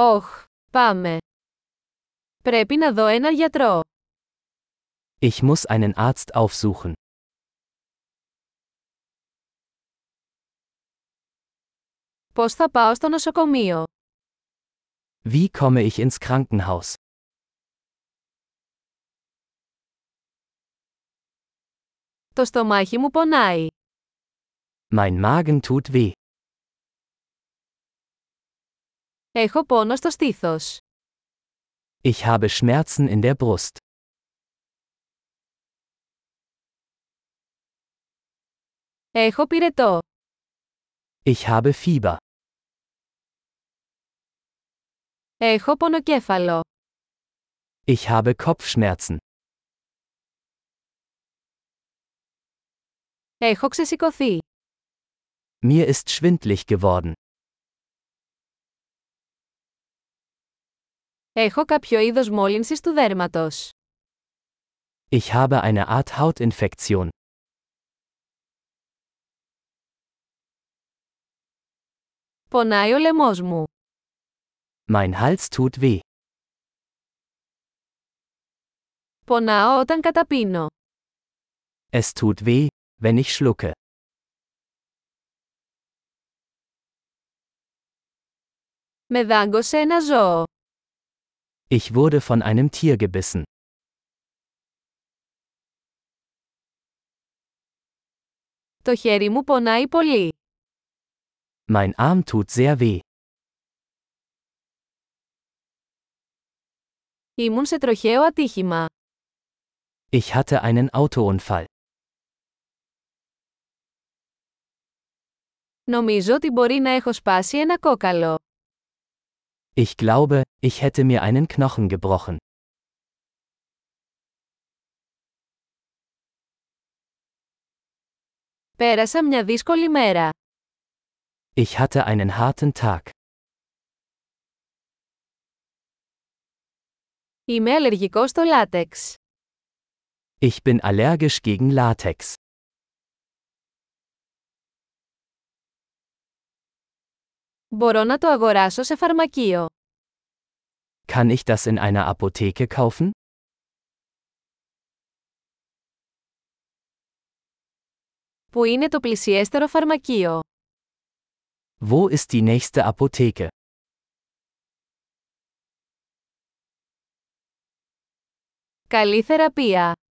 Ωχ, πάμε. Πρέπει να δω έναν γιατρό. Ich muss einen Arzt aufsuchen. Πώς θα πάω στο νοσοκομείο. Wie komme ich ins Krankenhaus? Το στομάχι μου πονάει. Mein Magen tut weh. Έχω πόνο στο στήθος. Ich habe Schmerzen in der Brust. Έχω πυρετό. Ich habe Fieber. Έχω πονοκέφαλο. Ich habe Kopfschmerzen. Έχω ξεσηκωθεί. Mir ist schwindlig geworden. Έχω κάποιο είδος μόλυνσης του δέρματος. Ich habe eine Art Hautinfektion. Πονάει ο λαιμός μου. Mein Hals tut weh. Πονάω όταν καταπίνω. Es tut weh, wenn ich schlucke. Με δάγκωσε ένα ζώο. Ich wurde von einem Tier gebissen. Το χέρι μου πονάει πολύ. Mein Arm tut sehr weh. Ήμουν σε τροχαίο ατύχημα. Ich hatte einen Autounfall. Νομίζω ότι μπορεί να έχω σπάσει ένα κόκαλο. Ich glaube, ich hätte mir einen Knochen gebrochen. Πέρασα μια δύσκολη μέρα. Ich hatte einen harten Tag. Είμαι αλλεργικός στο λάτεξ. Ich bin allergisch gegen Latex. Μπορώ να το αγοράσω σε φαρμακείο. Kann ich das in einer Apotheke kaufen? Πού είναι το πλησιέστερο φαρμακείο. Wo ist die nächste Apotheke? Καλή θεραπεία.